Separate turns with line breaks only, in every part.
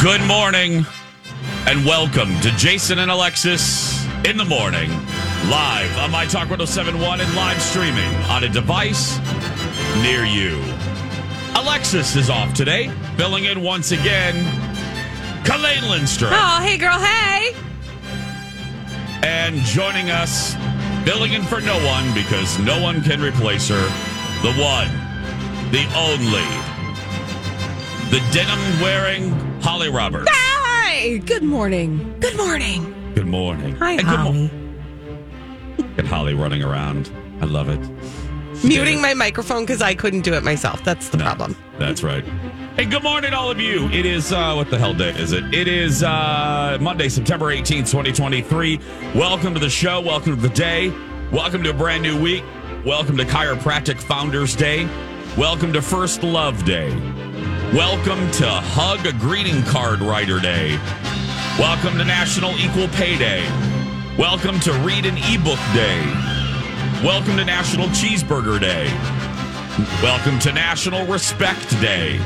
Good morning and welcome to Jason and Alexis in the morning, live on My Talk 1071 and live streaming on a device near you. Alexis is off today, filling in once again, Kalain Lindstrom.
Oh, hey, girl, hey.
And joining us, filling in for no one because no one can replace her, the one, the only, the denim wearing Holly Roberts.
Hi. Good morning. Good morning.
Good morning.
Hi,
And good mo-
Holly.
Look at Holly running around. I love it.
Muting my microphone because I couldn't do it myself. That's the
No,
problem.
That's right. Hey, good morning, all of you. It is, uh, what the hell day is it? It is uh, Monday, September 18th, 2023. Welcome to the show. Welcome to the day. Welcome to a brand new week. Welcome to Chiropractic Founders Day. Welcome to First Love Day. Welcome to Hug a Greeting Card Writer Day. Welcome to National Equal Pay Day. Welcome to Read an Ebook Day. Welcome to National Cheeseburger Day. Welcome to National Respect Day.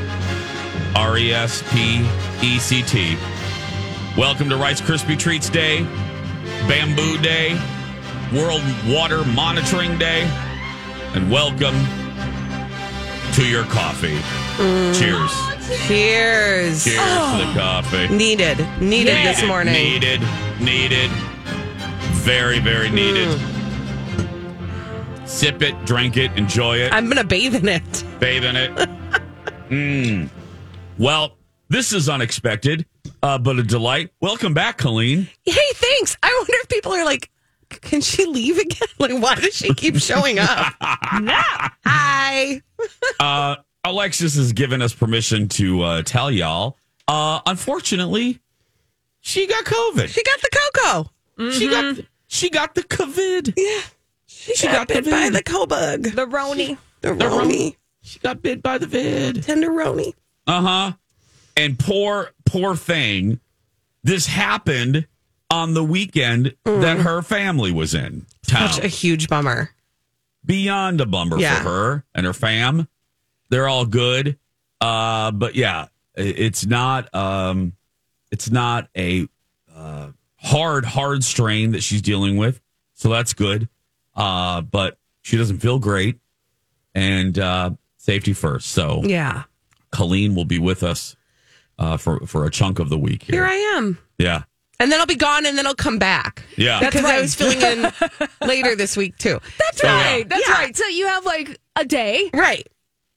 R E S P E C T. Welcome to Rice Krispie Treats Day, Bamboo Day, World Water Monitoring Day, and welcome to your coffee.
Mm.
Cheers. Cheers
Cheers.
to the coffee.
Needed. Oh. Needed
Yes.
this morning.
Needed, needed, very, very needed.
Mm.
Sip it, drink it, enjoy it,
I'm going to bathe in it.
bathe in it. mm. Well, this is unexpected, uh, but a delight. Welcome back, Colleen.
Hey, thanks. I wonder if people are like, can she leave again? Like, why does she keep showing up? no. Hi.
Uh, Alexis has given us permission to uh, tell y'all. Uh, unfortunately, she got COVID.
She got the cocoa.
She got
Mm-hmm.
she got the COVID.
She,
got
got, bit
the
by
vid.
the cobug.
The Roni.
The
ro-
roni.
She got bit by the vid.
Tenderoni.
Uh huh. And poor, poor thing. This happened on the weekend that her family was in town.
Mm. Such a huge bummer.
Beyond a bummer
Yeah.
for her and her fam. They're all good. Uh, but yeah, i- it's not. Um, it's not a uh, hard, hard strain that she's dealing with. So that's good. Uh, but she doesn't feel great, and uh, safety first. So
Yeah.
Colleen will be with us uh, for for a chunk of the week
Here
here.
I am.
yeah,
And then I'll be gone and then I'll come back.
yeah.
That's
Because I
right.
was filling in later this week, too.
That's
Yeah.
right. That's
Yeah.
right. So you have like a day
Right.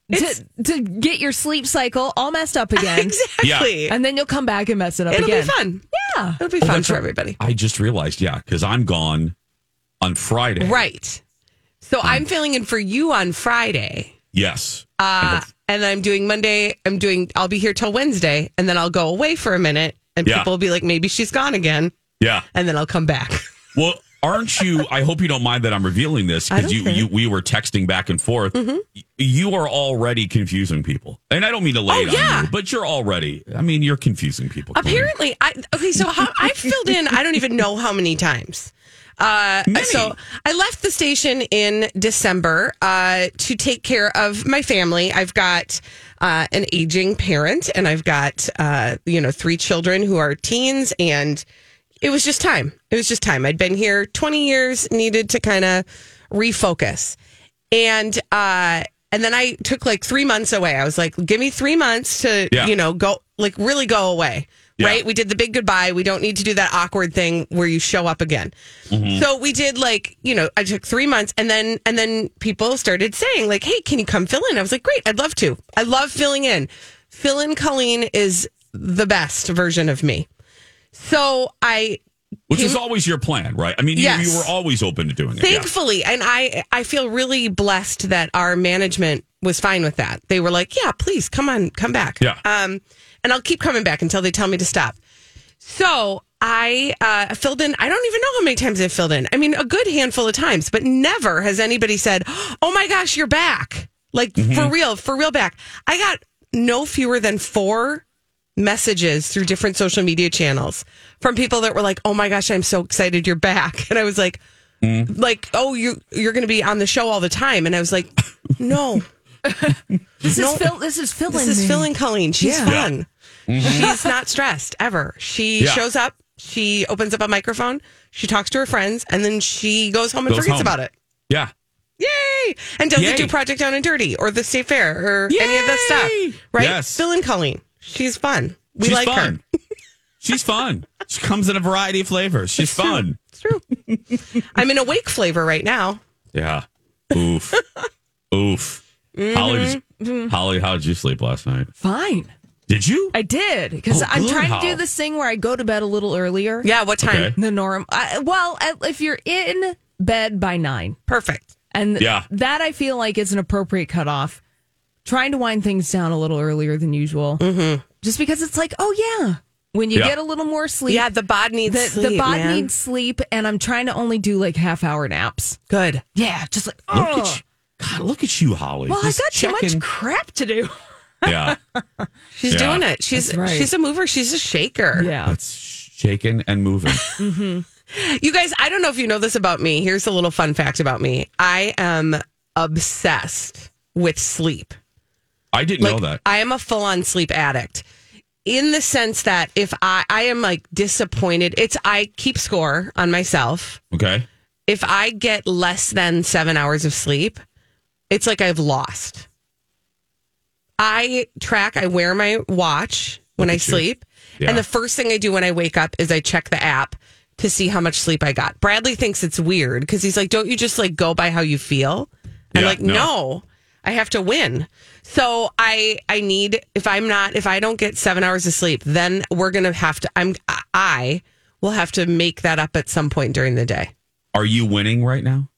It's-
to, to get your sleep cycle all messed up again.
Exactly.
And then you'll come back and mess it up
It'll
again.
be fun.
Yeah.
It'll be fun for everybody.
I just realized, yeah, because I'm gone on Friday.
Right. So
Hmm.
I'm filling in for you on Friday.
Yes.
Uh, and I'm doing Monday. I'm doing, I'll be here till Wednesday and then I'll go away for a minute and
Yeah.
people will be like, maybe she's gone again.
Yeah.
And then I'll come back.
Well, aren't you? I hope you don't mind that I'm revealing this
I
because
don't Mm-hmm.
you,
care.
you we were texting back and forth. Y- You are already confusing people, and I don't mean to lay
Oh,
it on
yeah.
you, but you're already. I mean, you're confusing people. Colleen.
Apparently, I, okay, so how, I filled in, I don't even know how many times. Uh,
Many.
so I left the station in December uh, to take care of my family. I've got uh, an aging parent, and I've got uh, you know three children who are teens, and it was just time. It was just time. I'd been here twenty years, needed to kind of refocus, and uh, And then I took like three months away. I was like, give me three months to,
Yeah.
you know, go, like, really go away.
Yeah.
Right? We did the big goodbye. We don't need to do that awkward thing where you show up again. So we did like, you know, I took three months and then, and then people started saying, like, hey, can you come fill in? I was like, great. I'd love to. I love filling in. Fill in Colleen is the best version of me. So I
Which was always your plan, right? I mean, you,
Yes.
you were always open to doing it. yeah.
Thankfully, and I I feel really blessed that our management was fine with that. They were like, "Yeah, please come on, come back."
Yeah.
Um, and I'll keep coming back until they tell me to stop. So I uh, filled in. I don't even know how many times I've filled in. I mean, a good handful of times, but never has anybody said, "Oh my gosh, you're back!" Like
Mm-hmm.
for real, for real, back. I got no fewer than four messages through different social media channels from people that were like, "Oh my gosh, I'm so excited you're back," and I was like like, oh, you you're going to be on the show all the time, and I was like, no,
This
No.
is Phil. This is filling.
this is
me.
Phil and Colleen. She's
Yeah.
fun. She's not stressed ever. She
Mm-hmm. Yeah.
shows up. She opens up a microphone. She talks to her friends, and then she goes home and
Goes
forgets
home.
about it.
Yeah.
Yay! And doesn't
Yay.
do Project Down and Dirty or the State Fair or any of this
Yay!
stuff. Right?
Yes.
Phil and Colleen. She's fun. We
She's
like her.
fun. She's fun. She comes in a variety of flavors. She's fun.
It's true. I'm in a wake flavor right now.
Yeah. Oof. Oof.
Mm-hmm.
Holly, was- Holly, how did you sleep last night?
Fine.
Did you?
I did because
Oh,
I'm
good,
trying
Hol.
to do this thing where I go to bed a little earlier.
Yeah. What time?
Okay.
The norm. I, well, at- if you're in bed by nine,
Perfect.
and
Yeah.
that I feel like is an appropriate cutoff. Trying to wind things down a little earlier than usual, mm-hmm. just because it's like, oh yeah, when you
Yeah.
get a little more sleep,
Yeah. The bod needs
the,
sleep.
the bod
man.
needs sleep, and I'm trying to only do like half hour naps.
good.
Yeah, just like
look
oh,
at you. God, look at you, Holly.
well, I
Just
got so much
checking.
crap to do.
Yeah.
She's
Yeah.
doing it. She's
That's right.
she's a mover. She's a shaker.
Yeah,
That's shaking and moving.
You guys, I don't know if you know this about me. Here's a little fun fact about me. I am obsessed with sleep.
I didn't
Like
know that.
I am a full on sleep addict. In the sense that if I I am like disappointed, it's I keep score on myself.
Okay.
If I get less than 7 hours of sleep, it's like I've lost. I track, I wear my watch when I
at you.
sleep.
Yeah.
And the first thing I do when I wake up is I check the app to see how much sleep I got. Bradley thinks it's weird because he's like, don't you just like go by how you feel? I'm
Yeah,
like,
no.
no. I have to win. So I I need if I'm not if I don't get seven hours of sleep, then we're gonna have to I'm I will have to make that up at some point during the day.
Are you winning right now?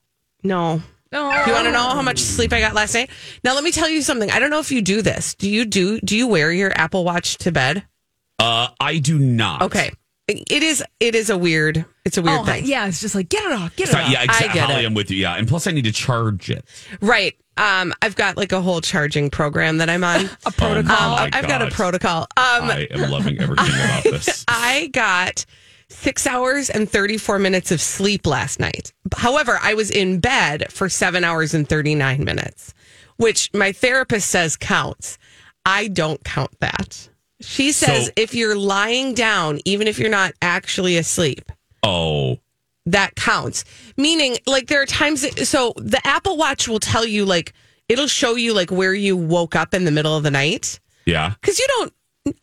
No.
Oh.
Do you want to know how much sleep I got last night? Now let me tell you something. I don't know if you do this. Do you do do you wear your Apple Watch to bed?
Uh, I do not.
Okay. It is it is a weird it's a weird
Oh,
thing.
yeah, it's just like get it off, get it
So,
off.
yeah, exactly.
I get
Holly,
it.
I'm with you. Yeah. And plus, I need to charge it.
Right. Um I've got like a whole charging program that I'm on. a
protocol. Oh, my
um, I've got a
God.
protocol. Um
I am loving everything about this.
I got 6 hours and 34 minutes of sleep last night. However, I was in bed for 7 hours and 39 minutes, which my therapist says counts. I don't count that. She says
So-
if you're lying down even if you're not actually asleep,
Oh,
that counts. Meaning, like there are times. That, so the Apple Watch will tell you, like it'll show you, like where you woke up in the middle of the night.
yeah.
Because you don't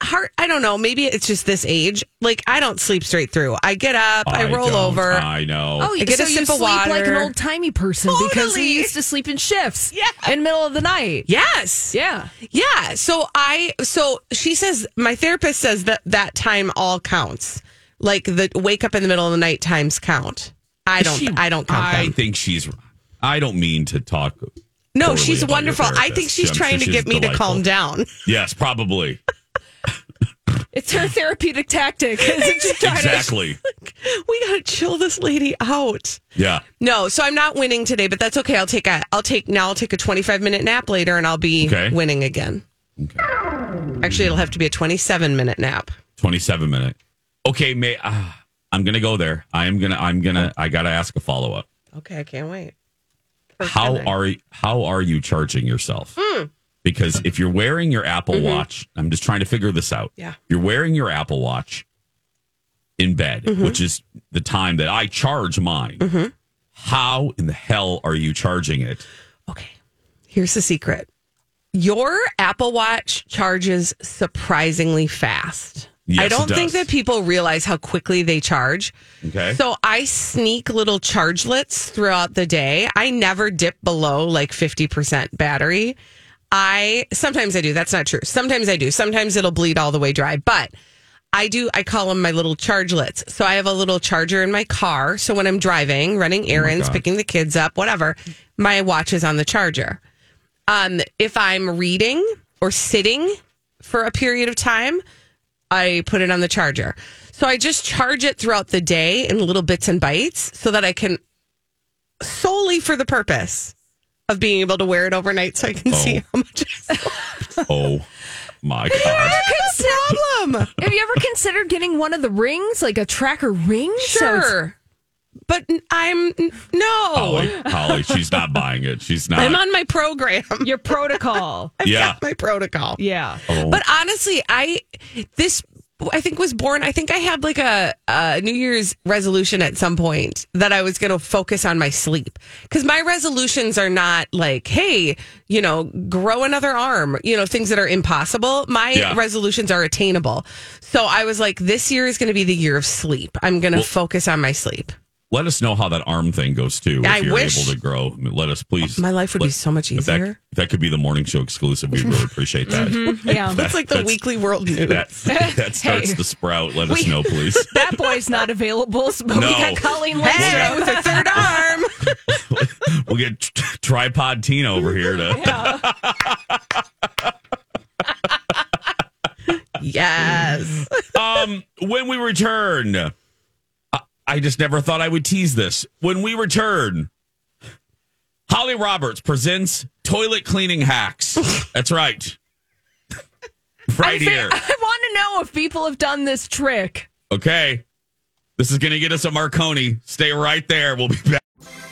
heart. I don't know. Maybe it's just this age. Like I don't sleep straight through. I get up. I, roll
don't.
over.
I know.
Oh,
I get
so
a
you
sip of
sleep like an
water.
old timey person because
Totally.
we used to sleep in shifts. Yeah. In the middle of the night.
yes.
Yeah.
Yeah. So I. So she says my therapist says that that time all counts. Like the wake up in the middle of the night times count. I don't.
She-
I don't count
I
them.
think she's. I don't mean to talk.
No,
poorly
she's
about your
wonderful. I think
therapist.
she's
I'm sure
trying to
she's
get me to
delightful.
calm down.
Yes, probably.
It's her therapeutic tactic. It's just trying to-
Exactly.
we gotta chill this lady out.
Yeah.
No, so I'm not winning today, but that's okay. I'll take a, I'll take now. I'll take a 25 minute nap later, and I'll be
Okay.
winning again. Actually, it'll have to be a 27 minute nap.
27 minute. Okay, may uh, I'm going to go there. I am going to I'm going to
Oh.
I got to ask a follow-up.
Okay, I can't wait.
How are how are you charging yourself?
Hmm.
Because if you're wearing your Apple Watch, I'm just trying to figure this out.
Mm-hmm. Yeah.
You're wearing your Apple Watch in bed,
Mm-hmm.
which is the time that I charge mine. How in the hell are you charging it?
Okay, Here's the secret your Apple Watch charges surprisingly fast.
Yes,
I
it
don't
does.
think that people realize how quickly they charge.
Okay.
So I sneak little chargelets throughout the day. I never dip below like 50% battery. I sometimes I do. That's not true. Sometimes I do. Sometimes it'll bleed all the way dry, but I do. I call them my little chargelets. So I have a little charger in my car. So when I'm driving, running errands, picking the kids up, whatever, my watch is on the charger. Um, if I'm reading or sitting for a period of time, I put it on the charger. So I just charge it throughout the day in little bits and bites so that I can solely for the purpose of being able to wear it overnight so I can see how much.
Oh my god.
That's the problem.
Have you ever considered getting one of the rings, like a tracker ring? So it's-
Sure. But I'm no.
Holly, Holly, she's not buying it. She's not.
I'm on my program.
your protocol.
yeah.
My protocol.
yeah.
Oh.
But honestly, I this I think was born. I think I had like a, a New Year's resolution at some point that I was going to focus on my sleep because my resolutions are not like, hey, you know, grow another arm, you know, things that are impossible. My
Yeah.
resolutions are attainable. So I was like, this year is going to be the year of sleep. I'm going to focus on my sleep.
Let us know how that arm thing goes too. If
I
you're
wish.
able to grow, I mean, let us please.
My life would be
let-
so much
If that,
easier. Mm-hmm.
if that could be the morning show exclusive, we really appreciate that.
Yeah.
It's like the weekly world news.
That, that starts to sprout. Let us know, please.
That boy's not available, but
No.
we got Colleen
Hey,
Lindstrom.
with her third arm.
We'll get t- tripod Tina over here to.
yes.
Um, when we return, I, I just never thought I would tease this. When we return, Holly Roberts presents toilet cleaning hacks. That's right. right here.
I want to know if people have done this trick.
Okay. This is going to get us a Marconi. Stay right there. We'll be back.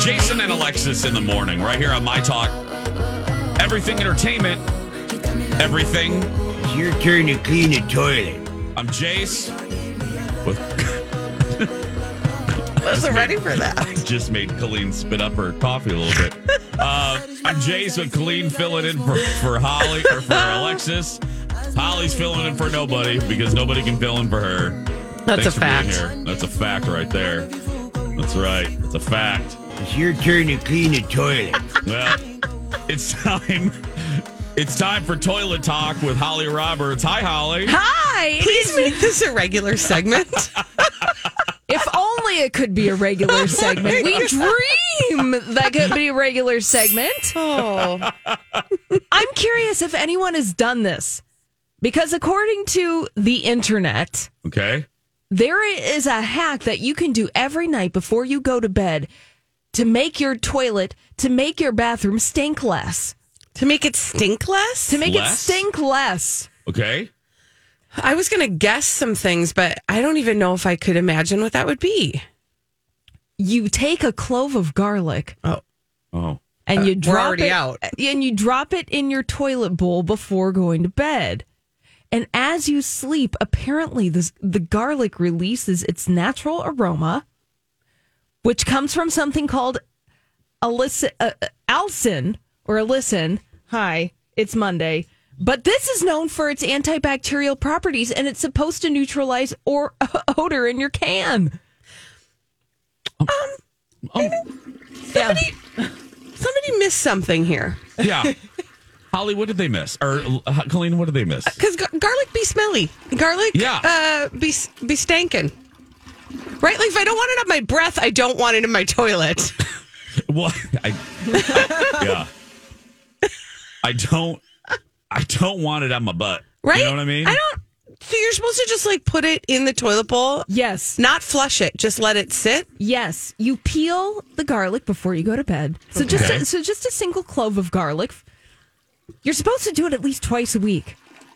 Jason and Alexis in the morning, right here on My Talk. Everything entertainment. Everything.
It's your turn to clean the toilet.
I'm Jace. With
Wasn't ready for that.
just made Colleen spit up her coffee a little bit. Uh, I'm Jay, so Colleen filling in for, for Holly or for Alexis. Holly's filling in for nobody because nobody can fill in for her.
That's
Thanks
a
for being
fact.
here. That's a fact right there. That's right. It's a fact.
It's your turn to clean the toilet.
Well, it's time. It's time for toilet talk with Holly Roberts. Hi, Holly.
Hi.
Please make this a regular segment.
If only it could be a regular segment. We dream that could be a regular segment.
oh,
I'm curious if anyone has done this because, according to the internet,
Okay.
there is a hack that you can do every night before you go to bed to make your toilet, to make your bathroom stink less,
to make it stink less.
to make it
Less?
stink less.
Okay.
I was going to guess some things, but I don't even know if I could imagine what that would be.
You take a clove of garlic
Oh.
and you drop
Uh, already
it, uh,
out.
and you drop it in your toilet bowl before going to bed. And as you sleep, apparently this, the garlic releases its natural aroma, which comes from something called alic- uh, uh, alsin or allicin. Hi, it's Monday. But this is known for its antibacterial properties, and it's supposed to neutralize or odor in your can.
Somebody, somebody missed something here.
Yeah. Holly, what did they miss? Or uh, Colleen, what did they miss?
Because garlic be smelly. Garlic
Yeah.
uh, be, be stankin'. Right? Like if I don't want it on my breath, I don't want it in my toilet.
Well, I, I- yeah. I don't. I don't want it on my butt.
Right?
You know what I mean?
I don't. So you're supposed to just like put it in the toilet bowl,
Yes.
not flush it, just let it sit.
Yes, you peel the garlic before you go to bed. So just a, so just a single clove of garlic. You're supposed to do it at least twice a week.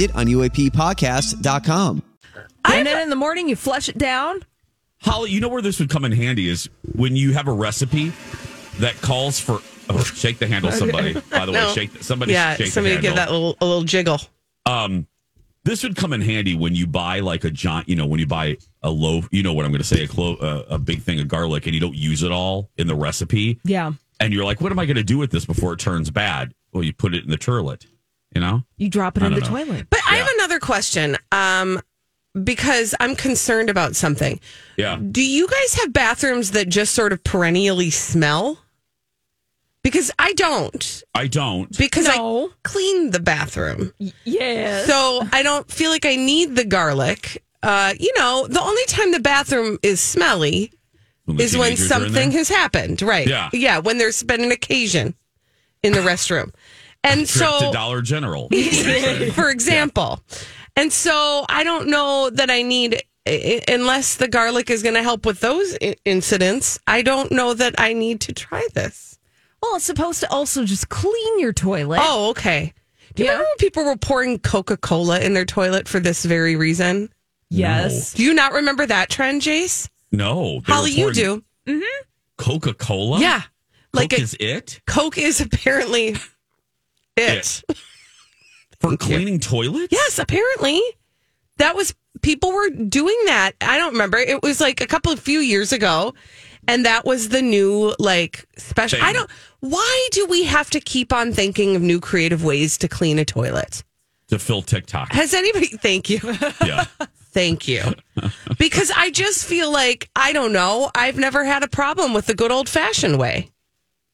it on UAPpodcast.com.
and then in the morning, you flush it down.
Holly, you know where this would come in handy is when you have a recipe that calls for. Oh, shake the handle, somebody. By the way,
No.
shake somebody.
yeah,
shake
somebody
the
give
handle.
that little a little jiggle.
this would come in handy when you buy like a giant, you know, when you buy a loaf, you know what I'm going to say, a, clo- uh, a big thing of garlic, and you don't use it all in the recipe.
Yeah.
And you're like, what am I going to do with this before it turns bad? Well, you put it in the turlet, you know?
You drop it in the
don't know.
toilet.
But I have another question, um, because I'm concerned about something.
Yeah.
Do you guys have bathrooms that just sort of perennially smell? Because I don't.
I don't.
Because I
No.
clean the bathroom.
Yeah.
So I don't feel like I need the garlic. Uh, you know, the only time the bathroom is smelly
When the
is when
teenagers are in there.
something has happened, right?
Yeah.
Yeah, when there's been an occasion in the restroom. And
Trip to
so
Dollar General.
for example. And so I don't know that I need, i- i- unless the garlic is going to help with those I- incidents, I don't know that I need to try this.
well, it's supposed to also just clean your toilet.
Oh, okay. Do you
Yeah.
remember when people were pouring Coca Cola in their toilet for this very reason?
yes.
Do you not remember that trend, Jace?
no. they
Holly,
were
you
pouring
do.
Coca-Cola?
Yeah.
Like
Like a,
is it?
Coke is apparently it.
It. For cleaning toilets?
Yes, apparently. That was people were doing that. I don't remember. It was like a couple of few years ago. And that was the new like special.
Thing.
I don't why do we have to keep on thinking of new creative ways to clean a toilet?
To fill TikTok.
Has anybody thank you.
yeah.
Thank you. Because I just feel like I don't know. I've never had a problem with the good old fashioned way.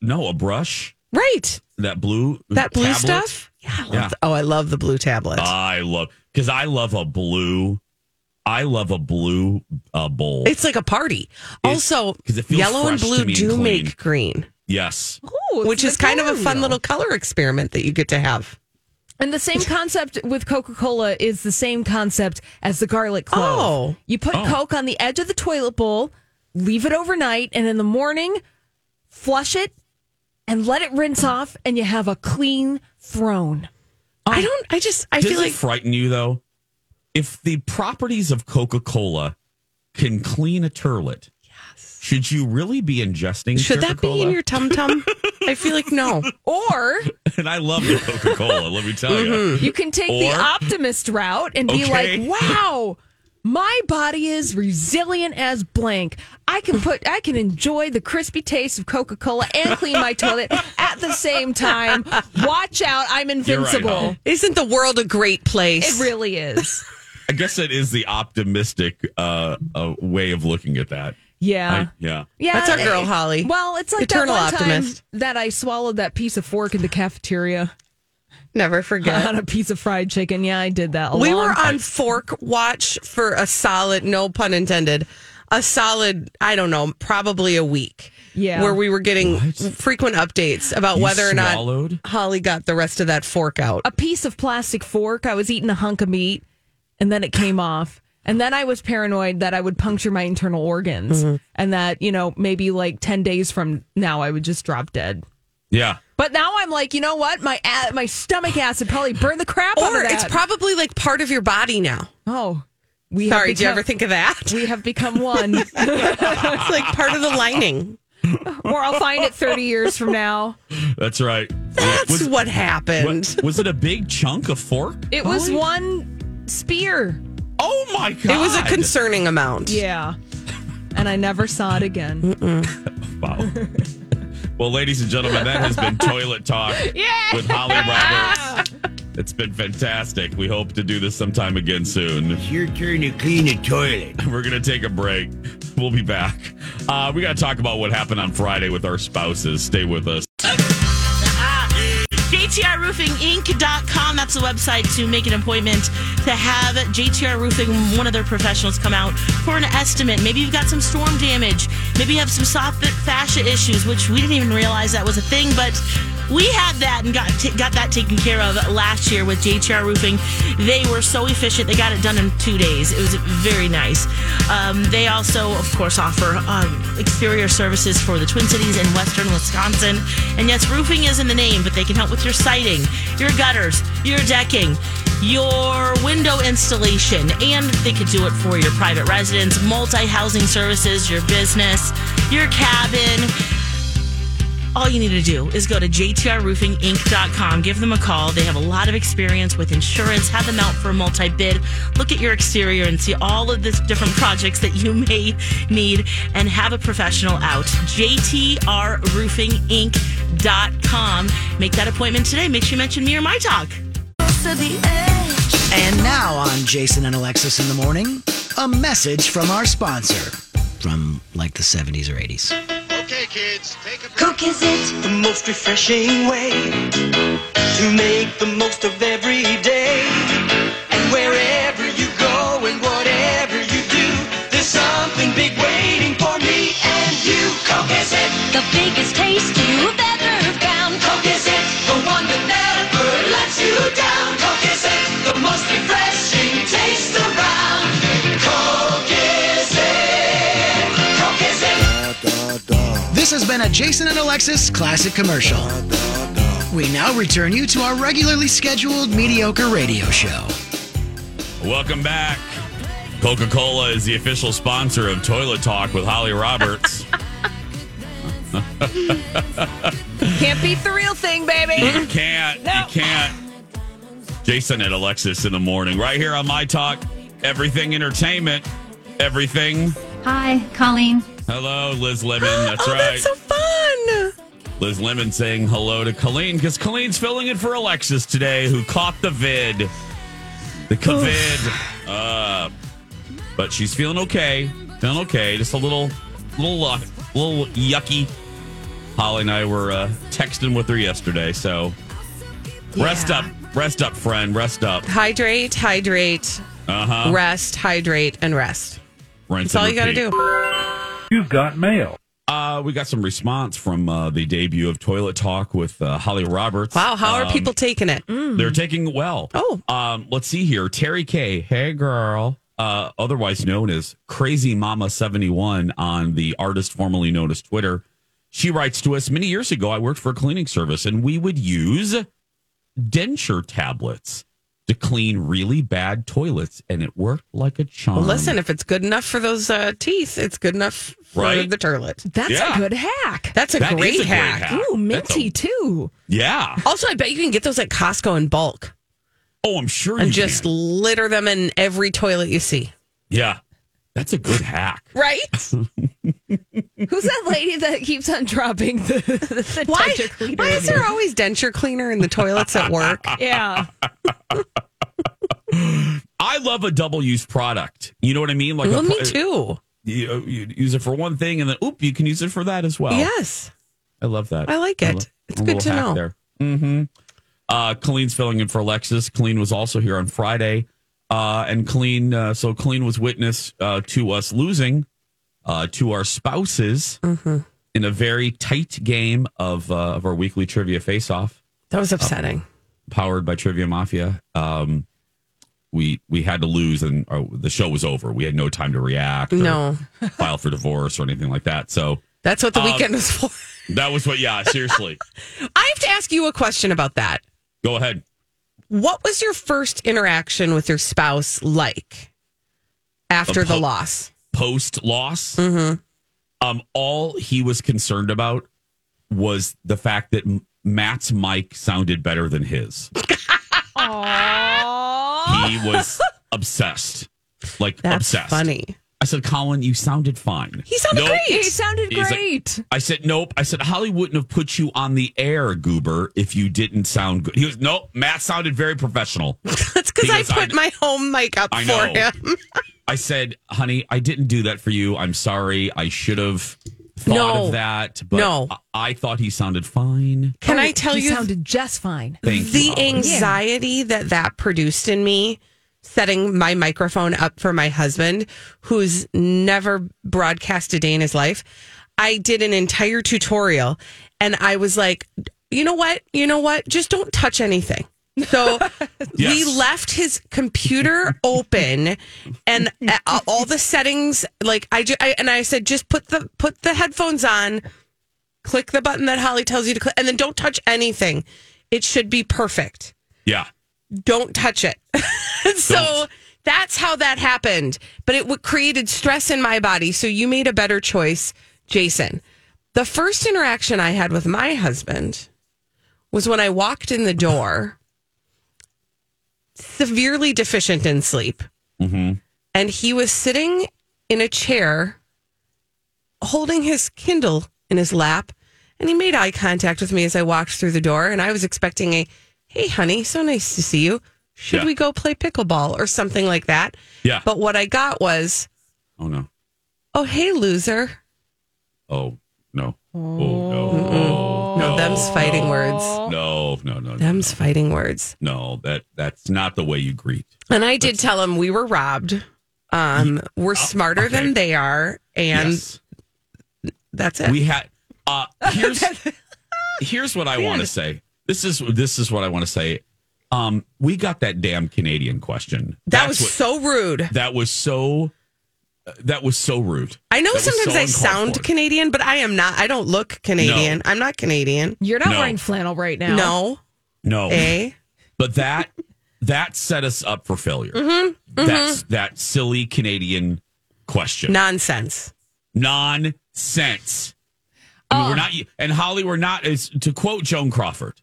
No, a brush.
Right.
That blue
That blue
tablet.
stuff? Yeah, I love
Yeah.
th- oh, I love the blue tablet.
I love because I love a blue. I love a blue uh, bowl.
It's like a party.
It's-
Also,
'cause it feels
yellow and
fresh to me
blue
and
do
clean.
make green,
yes,
Ooh, it's
which is
the
kind of a
color
fun
wheel.
little color experiment that you get to have.
And the same concept with Coca Cola is the same concept as the garlic clove.
Oh.
You put Coke on the edge of the toilet bowl, leave it overnight, and in the morning, flush it and let it rinse off, and you have a clean throne.
I don't. I just. I
Oh. does
feel
it
like
frighten you though? If the properties of Coca Cola can clean a turlet, yes. should you really be ingesting?
should that be in
Coca-Cola?
your tum tum? I feel like no.
Or
and I love the Coca Cola. let me tell
Mm-hmm.
you.
you can take the
Or-
optimist route and be
Okay.
like, wow. My body is resilient as blank. I can put I can enjoy the crispy taste of Coca-Cola and clean my toilet at the same time. Watch out, I'm
You're right,
invincible.
Holly.
Isn't the world a great place?
It really is.
I guess that is the optimistic uh, uh, way of looking at that.
Yeah.
I- yeah.
yeah.
That's our girl,
it-
Holly.
Well, it's like
Eternal
that one
optimist.
time that I swallowed that piece of fork in the cafeteria
Never forget.
on a piece of fried chicken. Yeah, I did that. A
we
long
were
time.
on fork watch for a solid, no pun intended, a solid. I don't know, probably a week.
Yeah.
where we were getting
What?
frequent updates about
You
whether or not
swallowed?
Holly got the rest of that fork out.
a piece of plastic fork. I was eating a hunk of meat, and then it came off. And then I was paranoid that I would puncture my internal organs, and that you know maybe like ten days from now I would just drop dead.
Yeah.
But now I'm like, you know what? My a- my stomach acid probably burned the crap out
Or
of that.
it's probably like part of your body now.
oh, we have
Sorry, do you
become-
ever think of that?
we have become one?
it's like part of the lining.
or I'll find it 30 years from now.
That's right.
That's
was,
what happened.
what- was it a big chunk of fork?
It was one spear.
Oh my god!
It was a concerning amount.
Yeah. And I never saw it again.
Wow. well, ladies and gentlemen, that has been Toilet Talk with Holly Roberts. It's been fantastic. We hope to do this sometime again soon.
It's your turn to clean the toilet.
We're going to take a break. We'll be back. Uh, we got to talk about what happened on Friday with our spouses. Stay with us.
JTRRoofingInc.com. That's the website to make an appointment to have JTR Roofing, one of their professionals, come out for an estimate. Maybe you've got some storm damage. Maybe you have some soft fascia issues, which we didn't even realize that was a thing, but we had that and got t- got that taken care of last year with JTR Roofing. They were so efficient; they got it done in two days. It was very nice. Um, they also, of course, offer um, exterior services for the Twin Cities and Western Wisconsin. And yes, roofing is in the name, but they can help with your siding, your gutters, your decking your window installation, and they could do it for your private residence, multi housing services, your business, your cabin. All you need to do is go to jtrroofinginc.com, give them a call. They have a lot of experience with insurance. Have them out for a multi bid. Look at your exterior and see all of the different projects that you may need and have a professional out. jtrroofinginc.com. Make that appointment today. Make sure you mention me or my talk.
And now on Jason and Alexis in the morning, a message from our sponsor from like the 70s or 80s.
Okay, kids, take a
Coke is it?
the most refreshing way to make the most of every day. And wherever you go and whatever you do, there's something big waiting for me and you. Coke is it?
The biggest taste you've ever found.
Coke is it? The one that never lets you down. Coke is it? The most refreshing taste around. Coke is it? Coke is it?
This has been a Jason and Alexis classic commercial. We now return you to our regularly scheduled mediocre radio show.
Welcome back. Coca Cola is the official sponsor of Toilet Talk with Holly Roberts.
Can't beat the real thing, baby.
you can't.
No.
You can't. Jason and Alexis in the morning, right here on My Talk. Everything entertainment. Everything.
Hi, Colleen.
Hello, Liz Lemon. That's
oh,
right.
that's so fun.
Liz Lemon saying hello to Colleen because Colleen's filling in for Alexis today, who caught the vid. The COVID. Uh, but she's feeling okay. Feeling okay. Just a little, little, uh, little yucky. Holly and I were uh, texting with her yesterday. So rest
Yeah.
up. Rest up, friend. Rest up.
Hydrate, hydrate,
Uh huh.
rest, hydrate, and rest.
Rinse
That's all
and
you got to
repeat.
do.
Uh, we got some response from uh, the debut of Toilet Talk with uh, Holly Roberts.
Wow, how are
Um,
people taking it?
They're taking it well.
Oh.
um, let's see here. Terry K. Hey, girl. Uh, otherwise known as Crazy Mama 71 on the artist formerly known as Twitter. She writes to us many years ago, I worked for a cleaning service and we would use denture tablets to clean really bad toilets. And it worked like a charm.
Well, listen, if it's good enough for those uh, teeth, it's good enough for
Right.
the toilet.
That's
Yeah.
a good hack.
That's a,
That is
great,
a great
hack. Mm.
hack.
Ooh,
That's a-
minty too.
Yeah.
Also, I bet you can get those at Costco in bulk
Oh, I'm sure
and
you
just
can.
litter them in every toilet you see.
Yeah. That's a good hack.
Right?
Who's that lady that keeps on dropping the, the
Why?
touch of cleaner
Why is
in
there
here?
always denture cleaner in the toilets at work?
Yeah.
I love a double use product. You know Oh. what I mean? Like
Well,
a,
me
pla-
too.
you, uh, you use it for one thing and then oop you can use it for that as well
Yes.
i love that
I like it. It's
a
good
little
to
hack
know.
there mm-hmm. uh colleen's filling in for alexis colleen was also here on friday uh and colleen uh, so colleen was witness uh to us losing uh to our spouses
Mm-hmm.
in a very tight game of uh, of our weekly trivia face off
That was upsetting.
Oh, powered by Trivia Mafia. Um, we we had to lose, and uh the show was over. We had no time to react, or
No.
file for divorce or anything like that. So
That's what the
Um,
weekend was for.
that was what. Yeah, seriously.
I have to ask you a question about that.
Go ahead.
What was your first interaction with your spouse like after
The
the
po-
loss?
Post loss, um, all he was concerned about was the fact that M- Matt's mic sounded better than his.
Aww.
He was obsessed, like
That's
obsessed.
funny.
I said, Colin, you sounded fine.
He sounded
"Nope."
great. He sounded
He's like-
great.
I said, nope. I said, Holly wouldn't have put you on the air, Goober, if you didn't sound good. He was, nope. Matt sounded very professional.
That's because I
Because I
put
kn-
my home mic up
I
for
know.
him.
I said, honey, I didn't do that for you. I'm sorry. I should have thought
No.
of that. But
No.
I, I thought he sounded fine.
Can
Oh,
I tell
he
you
sounded just fine.
Thank
the
you. Holly.
anxiety that that produced in me setting my microphone up for my husband who's never broadcast a day in his life i did an entire tutorial and i was like you know what you know what just don't touch anything so we
Yes.
left his computer open and uh, all the settings like I, ju- I and i said just put the put the headphones on click the button that Holly tells you to click, and then don't touch anything. It should be perfect.
Yeah.
Don't touch it. so that's how that happened. But it w- created stress in my body. So you made a better choice, Jason. The first interaction I had with my husband was when I walked in the door, severely deficient in sleep. And he was sitting in a chair holding his Kindle in his lap, and he made eye contact with me as I walked through the door. And I was expecting a, hey, honey, so nice to see you. Should
Yeah.
we go play pickleball or something like that?
Yeah.
But what I got was,
Oh, no.
oh, hey, loser.
Oh, no. Oh, no. Oh,
No,
no.
them's fighting words.
No, no, no, no.
Them's fighting words.
No, that, that's not the way you greet.
And I did tell him we were robbed. Um, we're smarter
Oh, okay.
than they are. And
Yes.
that's it.
We had uh here's here's what I want to say. This is this is what I want to say. Um we got that damn Canadian question. That's
that was
what-
so rude.
that was so uh, that was so rude.
I know
That was
sometimes
so
I
uncalled
sound
for.
Canadian, but I am not. I don't look Canadian. I'm not Canadian.
You're not
No.
wearing flannel right now.
No.
No.
A.
But that that set us up for failure. That's that silly Canadian question.
Nonsense.
nonsense. I
Uh.
mean, we're not, and Holly, we're not, is, to quote Joan Crawford,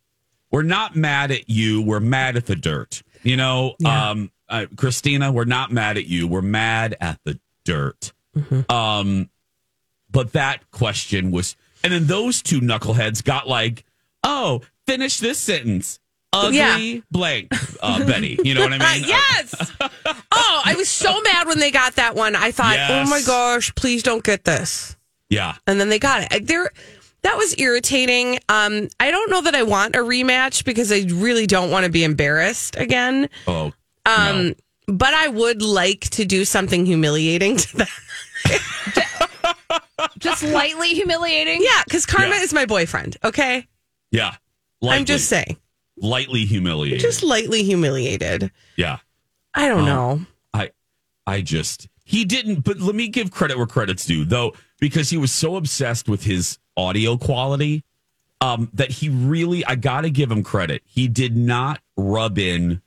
we're not mad at you. We're mad at the dirt. You know, um, uh, Christina, we're not mad at you. We're mad at the dirt.
Mm-hmm.
Um, but that question was, and then those two knuckleheads got like, oh, finish this sentence. Ugly
Yeah.
blank, uh, Betty. You know what I
Uh,
mean?
yes. oh, I was so mad when they got that one. I thought,
Yes.
oh my gosh, please don't get this.
yeah.
And then they got it. I- There, that was irritating. Um, I don't know that I want a rematch because I really don't want to be embarrassed again.
Oh,
Um,
no.
but I would like to do something humiliating to them.
Just lightly humiliating.
Yeah, because Karma
Yeah.
is my boyfriend. Okay,
yeah.
I'm just
Lightly-
saying,
Lightly humiliated.
just lightly humiliated.
yeah.
I don't know.
I I just he didn't but let me give credit where credit's due though because he was so obsessed with his audio quality um that he really I got to give him credit. He did not rub in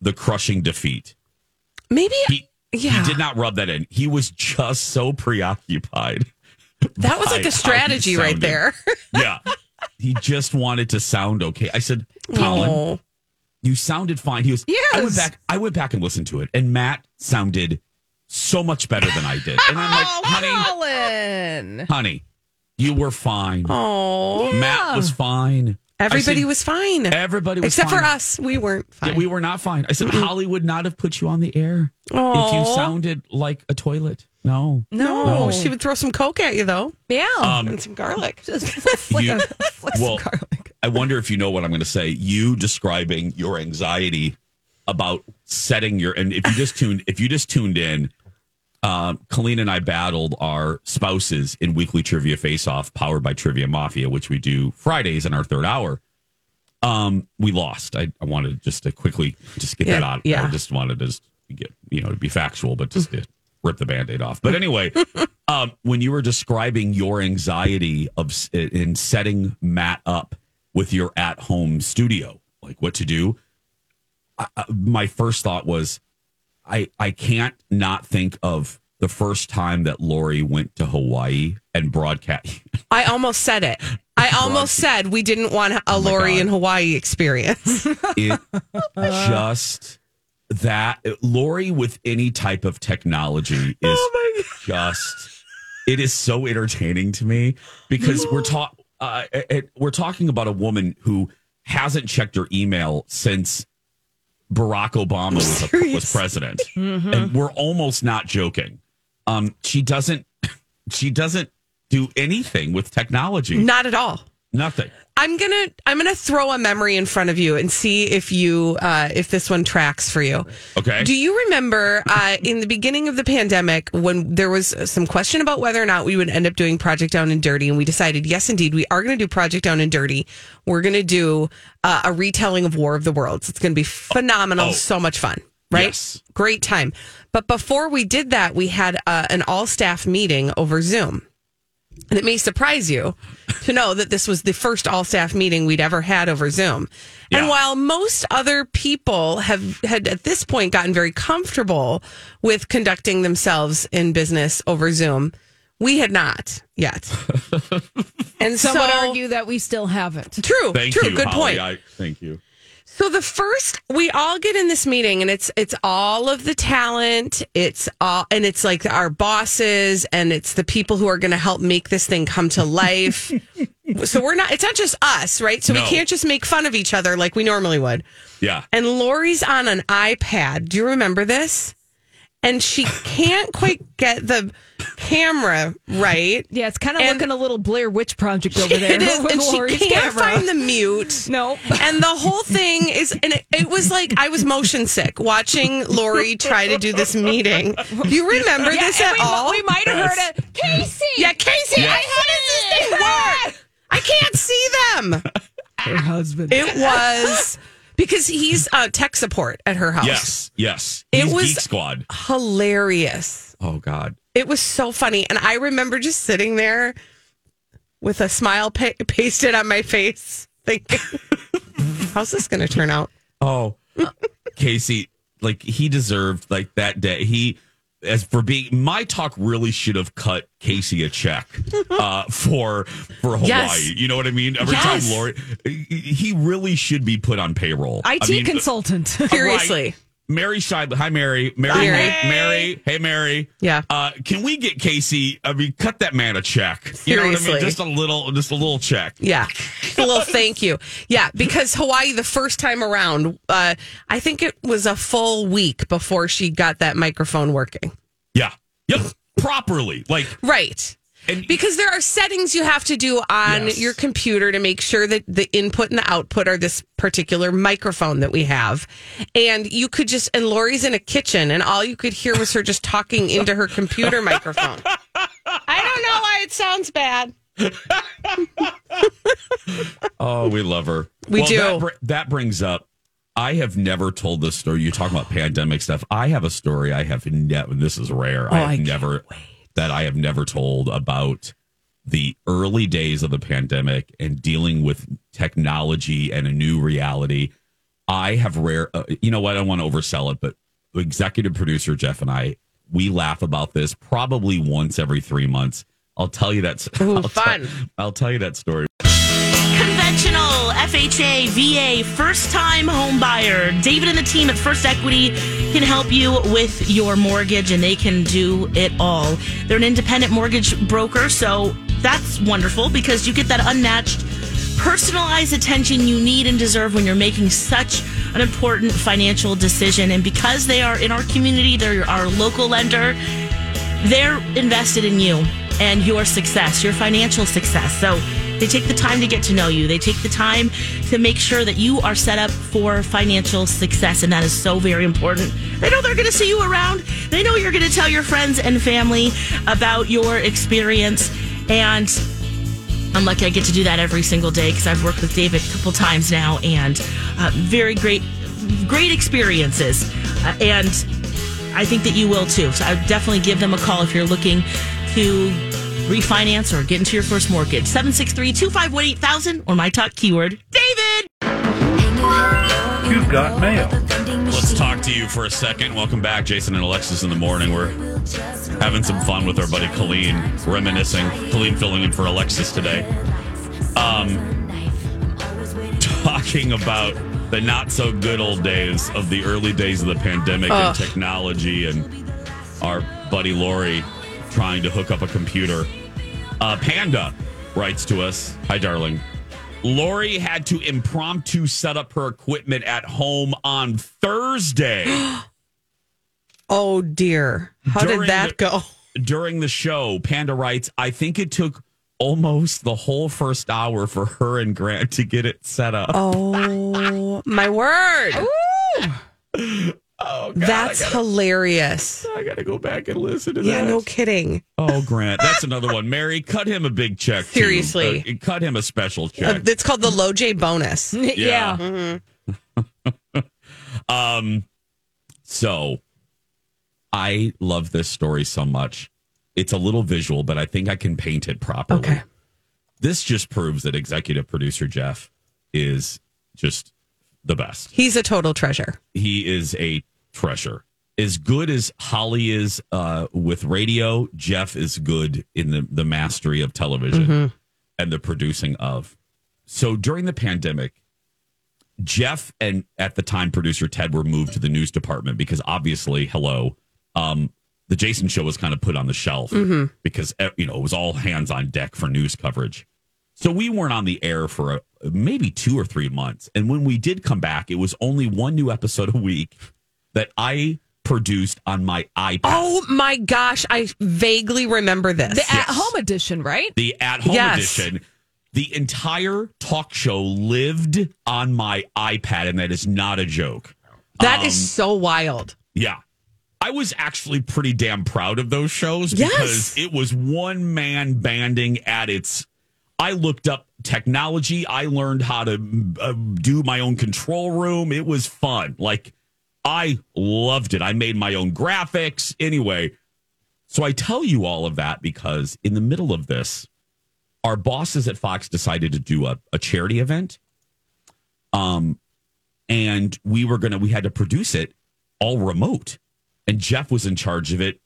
the crushing defeat.
Maybe
He
Yeah.
he did not rub that in. He was just so preoccupied.
that was
by
like
how he
a strategy right
sounded.
there.
yeah. He just wanted to sound okay. I said, "Colin,
Oh,
you sounded fine. He was. I went
Yes.
back. I went back and listened to it, and Matt sounded so much better than I did. And I'm like,
Oh,
honey,
Colin.
honey, you were fine.
oh.
Matt was fine. I
Everybody
said,
was fine.
Everybody was
Except
fine.
for us. We weren't fine.
Yeah, we were not fine. I said Holly would not have put you on the air if you
Aw.
sounded like a toilet. No, Um,
no, Uh,
No.
she would throw some Coke at you, though,
Yeah.
and some garlic.
Just flick
you-
a, flick some
well,
garlic.
I wonder if you know what I'm going to say. You describing your anxiety about setting your and if you just tuned if you just tuned in, um, Colleen and I battled our spouses in weekly trivia face off, powered by Trivia Mafia, which we do Fridays in our third hour. Um, we lost. I, I wanted just to quickly just get that
Yeah,
out.
yeah.
I just wanted to just get you know to be factual, but just to rip the band-aid off. But anyway, um, when you were describing your anxiety of s- in setting Matt up with your at-home studio, like what to do, I, I, my first thought was, I I can't not think of the first time that Lori went to Hawaii and broadcast.
I almost said it. I almost said we didn't want a
Oh my
Lori
God.
in Hawaii experience.
It just that Lori with any type of technology is
Oh
just it is so entertaining to me because we're talk uh, it- it- we're talking about a woman who hasn't checked her email since Barack Obama was, a, was president,
Mm-hmm.
and we're almost not joking. Um, she doesn't she doesn't do anything with technology.
Not at all.
Nothing.
I'm gonna I'm gonna throw a memory in front of you and see if you uh, if this one tracks for you.
Okay.
Do you remember uh, in the beginning of the pandemic when there was some question about whether or not we would end up doing Project Down and Dirty, and we decided yes, indeed, we are going to do Project Down and Dirty. We're going to do uh, a retelling of War of the Worlds. It's going to be phenomenal.
Oh.
So much fun, right?
Yes.
Great time. But before we did that, we had uh, an all staff meeting over Zoom. And it may surprise you to know that this was the first all staff meeting we'd ever had over Zoom. And while most other people have had at this point gotten very comfortable with conducting themselves in business over Zoom, we had not yet. and
Some
so,
would argue that we still haven't.
true,
Thank
true,
you.
good
Holly.
point.
I, thank you.
So the first we all get in this meeting and it's it's all of the talent, it's all and it's like our bosses and it's the people who are going to help make this thing come to life. so we're not it's not just us, right? So
No.
we can't just make fun of each other like we normally would.
Yeah.
And Lori's on an iPad. Do you remember this? And she can't quite get the camera right.
Yeah, it's kind of
And-
looking a little Blair Witch Project over there.
it is,
with
and
Lori's
she can't
camera.
find the mute.
No.
and the whole thing is, and it, it was like I was motion sick watching Lori try to do this meeting. Do you remember
Yeah,
this
and
at
we,
all?
We might have heard it. Casey.
Yeah, Casey,
Yes.
I, how does this thing work? I can't see them.
Her husband.
It was because he's uh, tech support at her house.
Yes. Yes.
It
He's
was-
Geek Squad.
hilarious.
Oh God.
It was so funny. And I remember just sitting there with a smile pa- pasted on my face, thinking, how's this going to turn out?
Oh, Casey, like he deserved like that day. He as for being my talk really should have cut Casey a check uh, for for Hawaii.
Yes.
You know what I mean? Every
Yes.
time Lori, he really should be put on payroll.
IT
I mean,
consultant.
Seriously.
Mary Scheib. Hi, Mary. Mary.
Hi,
Mary.
Mary.
Mary. Hey, Mary.
Yeah.
Uh, can we get Casey? I mean, cut that man a check. You know what I mean?
Seriously.
Just a little. Just a little check.
Yeah. A little thank you. Yeah. Because Hawaii, the first time around, uh, I think it was a full week before she got that microphone working.
Yeah. Yep. Properly. Like.
Right.
And-
because there are settings you have to do on
Yes.
your computer to make sure that the input and the output are this particular microphone that we have. And you could just, and Lori's in a kitchen, and all you could hear was her just talking into her computer microphone. I don't know why it sounds bad.
Oh, we love her.
We do.
That, br- that brings up. I have never told this story. You talk about pandemic stuff. I have a story. I have never. This is rare. I
Oh, I
have
can't
never that I have never told about the early days of the pandemic and dealing with technology and a new reality. I have rare. Uh, you know what? I don't want to oversell it, but executive producer Jeff and I we laugh about this probably once every three months. I'll tell you that.
Ooh,
I'll tell-
fun.
I'll tell you that story.
Conventional FHA VA first time home buyer. David and the team at First Equity can help you with your mortgage and they can do it all. They're an independent mortgage broker, so that's wonderful because you get that unmatched personalized attention you need and deserve when you're making such an important financial decision. And because they are in our community, they're our local lender they're invested in you and your success, your financial success. So they take the time to get to know you. They take the time to make sure that you are set up for financial success. And that is so very important. They know they're going to see you around. They know you're going to tell your friends and family about your experience. And I'm lucky I get to do that every single day because I've worked with David a couple times now and uh, very great, great experiences. Uh, and I think that you will too. So I would definitely give them a call if you're looking to refinance or get into your first mortgage. 763 251 8000 or my talk keyword, David.
You've got mail.
Let's talk to you for a second. Welcome back, Jason and Alexis in the morning. We're having some fun with our buddy Colleen, reminiscing. Colleen filling in for Alexis today. Um, talking about the not so good old days of the early days of the pandemic and
Ugh.
technology and our buddy Lori trying to hook up a computer. Uh, Panda writes to us Hi, darling. Lori had to impromptu set up her equipment at home on Thursday.
Oh dear. How
During
did that
the-
go?
During the show, Panda writes, I think it took almost the whole first hour for her and Grant to get it set up.
Oh my word.
Oh, God, I
That's
gotta-
hilarious.
I gotta go back and listen to
Yeah,
that.
no kidding.
Oh, Grant, that's another one. Mary, cut him a big check. too.
Seriously.
Uh, cut him a special
Uh,
check.
it's called the low J bonus.
Yeah.
Mhm.
Um, so I love this story so much. It's a little visual, but I think I can paint it properly. Okay. This just proves that executive producer Jeff is just the best.
He's a total treasure.
He is a treasure. As good as Holly is uh, with radio, Jeff is good in the, the mastery of television
Mhm.
and the producing of. So during the pandemic, Jeff and at the time producer Ted were moved to the news department because obviously, hello, um, the Jason show was kind of put on the shelf
Mhm.
because eh, you know it was all hands on deck for news coverage. So we weren't on the air for a, maybe two or three months, and when we did come back, it was only one new episode a week that I produced on my iPad.
Oh my gosh, I vaguely remember this.
The at home edition, right?
The at home
Yes.
edition. The entire talk show lived on my iPad, and that is not a joke.
That is
Um,
so wild.
Yeah. I was actually pretty damn proud of those shows because it was one man banding at its. I looked up technology. I learned how to uh, do my own control room. It was fun. Like, I loved it. I made my own graphics. Anyway, so I tell you all of that because in the middle of this, our bosses at Fox decided to do a, a charity event. Um, and we were gonna we had to produce it all remote, and Jeff was in charge of it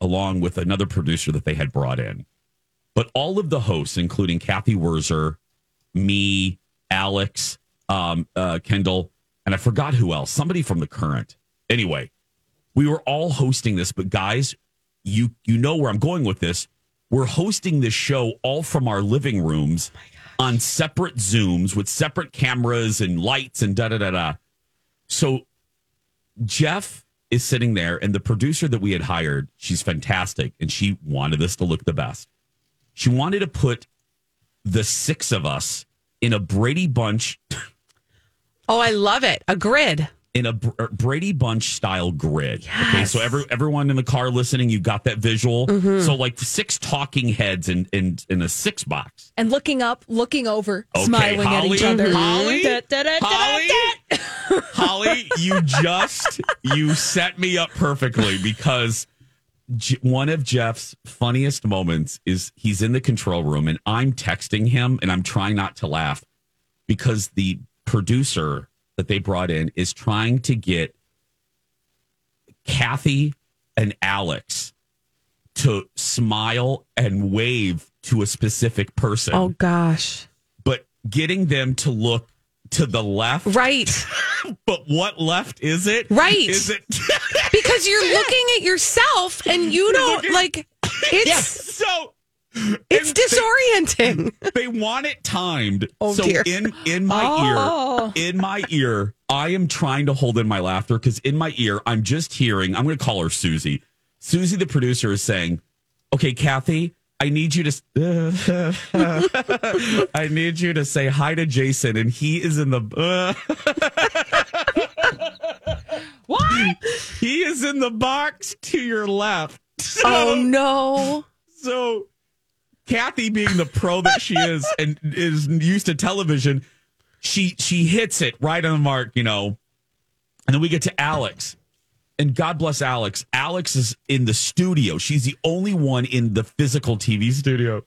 along with another producer that they had brought in. But all of the hosts, including Kathy Werzer, me, Alex, um, uh, Kendall, and I forgot who else, somebody from the current. Anyway, we were all hosting this, but guys, you you know where I'm going with this. We're hosting this show all from our living rooms on separate Zooms with separate cameras and lights and da da da da. So Jeff is sitting there, and the producer that we had hired, she's fantastic, and she wanted this to look the best. She wanted to put the six of us in a Brady Bunch
Oh, I love it. A grid.
in a Br- er, Brady Bunch style grid. Okay, so every everyone in the car listening, you got that visual.
Mhm.
So like six talking heads in in in a six box.
And looking up, looking over,
Okay,
smiling at each
Holly?
other.
Holly?
Da, da, da, da,
Holly?
da.
Holly, you just you set me up perfectly because J- one of Jeff's funniest moments is he's in the control room and I'm texting him and I'm trying not to laugh because the producer that they brought in is trying to get Kathy and Alex to smile and wave to a specific person.
Oh gosh.
But getting them to look to the left.
Right.
but what left is it?
Right.
Is it
because you're looking at yourself and you don't like it's
so
it's disorienting.
they want it timed.
Oh,
so
dear.
in in my
Oh.
ear, in my ear, I am trying to hold in my laughter because in my ear, I'm just hearing. I'm going to call her Susie. Susie, the producer, is saying, "Okay, Kathy, I need you to, I need you to say hi to Jason, and he is in the."
What?
He is in the box to your left. So,
Oh no.
So Kathy being the pro that she is and is used to television, she she hits it right on the mark, you know. And then we get to Alex. And God bless Alex. Alex is in the studio. She's the only one in the physical TV studio.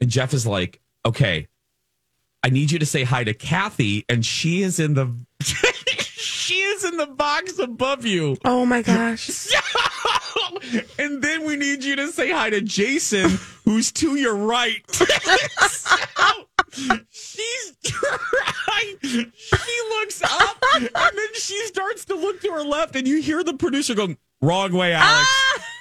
And Jeff is like, "Okay, I need you to say hi to Kathy and she is in the she is in the box above you."
Oh my gosh.
and then we need you to say hi to Jason, who's to your right. she she's trying. She looks up and then she starts to look to her left, and you hear the producer going, Wrong way, Alex.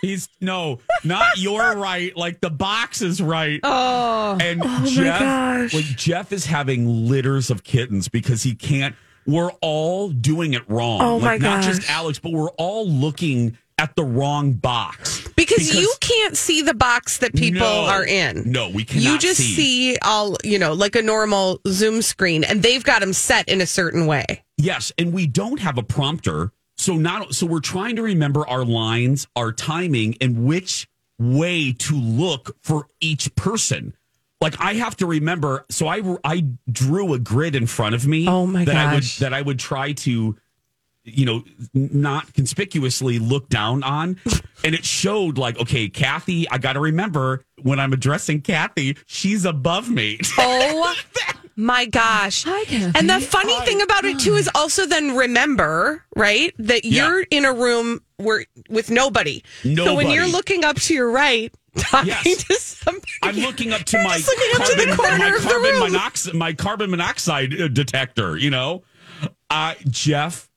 He's no, not your right. Like the box is right.
Oh,
and
oh my
Jeff,
gosh.
like Jeff is having litters of kittens because he can't. We're all doing it wrong.
Oh
like
my
not
gosh.
just Alex, but we're all looking at the wrong box.
because, you can't see the box that people
No.
are in.
No, we cannot.
You just see all, you know, like a normal Zoom screen, and they've got them set in a certain way.
Yes, and we don't have a prompter, so not so we're trying to remember our lines, our timing, and which way to look for each person. Like I have to remember, so I I drew a grid in front of me.
Oh my
that I would
gosh.
that I would try to, you know, not conspicuously look down on, and it showed like okay, Kathy, I got to remember when I'm addressing Kathy, she's above me.
Oh my gosh. And the funny thing about it too is also then remember, right, that
Yeah.
you're in a room where with nobody. So when
Nobody.
you're looking up to your right, talking
Yes.
to somebody.
I'm looking up to
You're
my
just looking up to the corner
my
of the
carbon
room.
monoxide my carbon monoxide uh, detector. You know, uh, Jeff.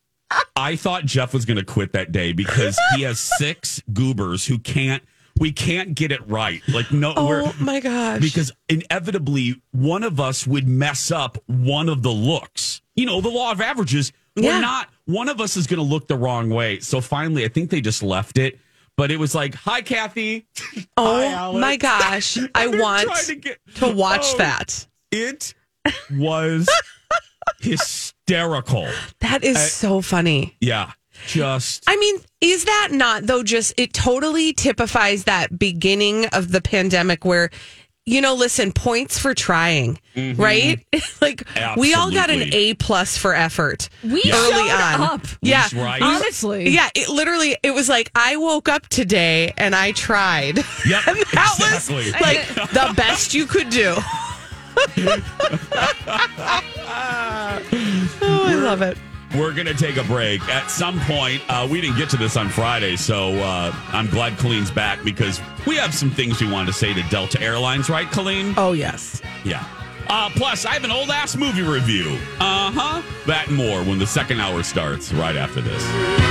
I thought Jeff was going to quit that day because he has six goobers who can't. We can't get it right. Like no, we're
Oh my gosh.
because inevitably one of us would mess up one of the looks. You know, the law of averages.
Yeah.
We're not one of us is going to look the wrong way. So finally, I think they just left it. But it was like, "Hi, Kathy." Hi,
oh
Alex.
my gosh. I
They're
want
trying to get-
to watch
Oh.
that.
It was hysterical.
That is
I-
so funny.
Yeah, just
I mean, is that not though just it totally typifies that beginning of the pandemic where you know, listen, points for trying, right? like we all got an
Mm-hmm. Absolutely.
A plus for effort.
We
early
showed
on.
up.
Yeah.
right.
Honestly.
Yeah, it literally it was like I woke up today and I tried.
Yep,
and that
exactly.
was like the best you could do. oh, I love it.
We're going to take a break. At some point, uh, we didn't get to this on Friday, so uh, I'm glad Colleen's back because we have some things we wanted to say to Delta Airlines, right, Colleen?
Oh yes.
Yeah. Uh, plus, I have an old Uh-huh. ass movie review. Uh huh. That and more when the second hour starts right after this.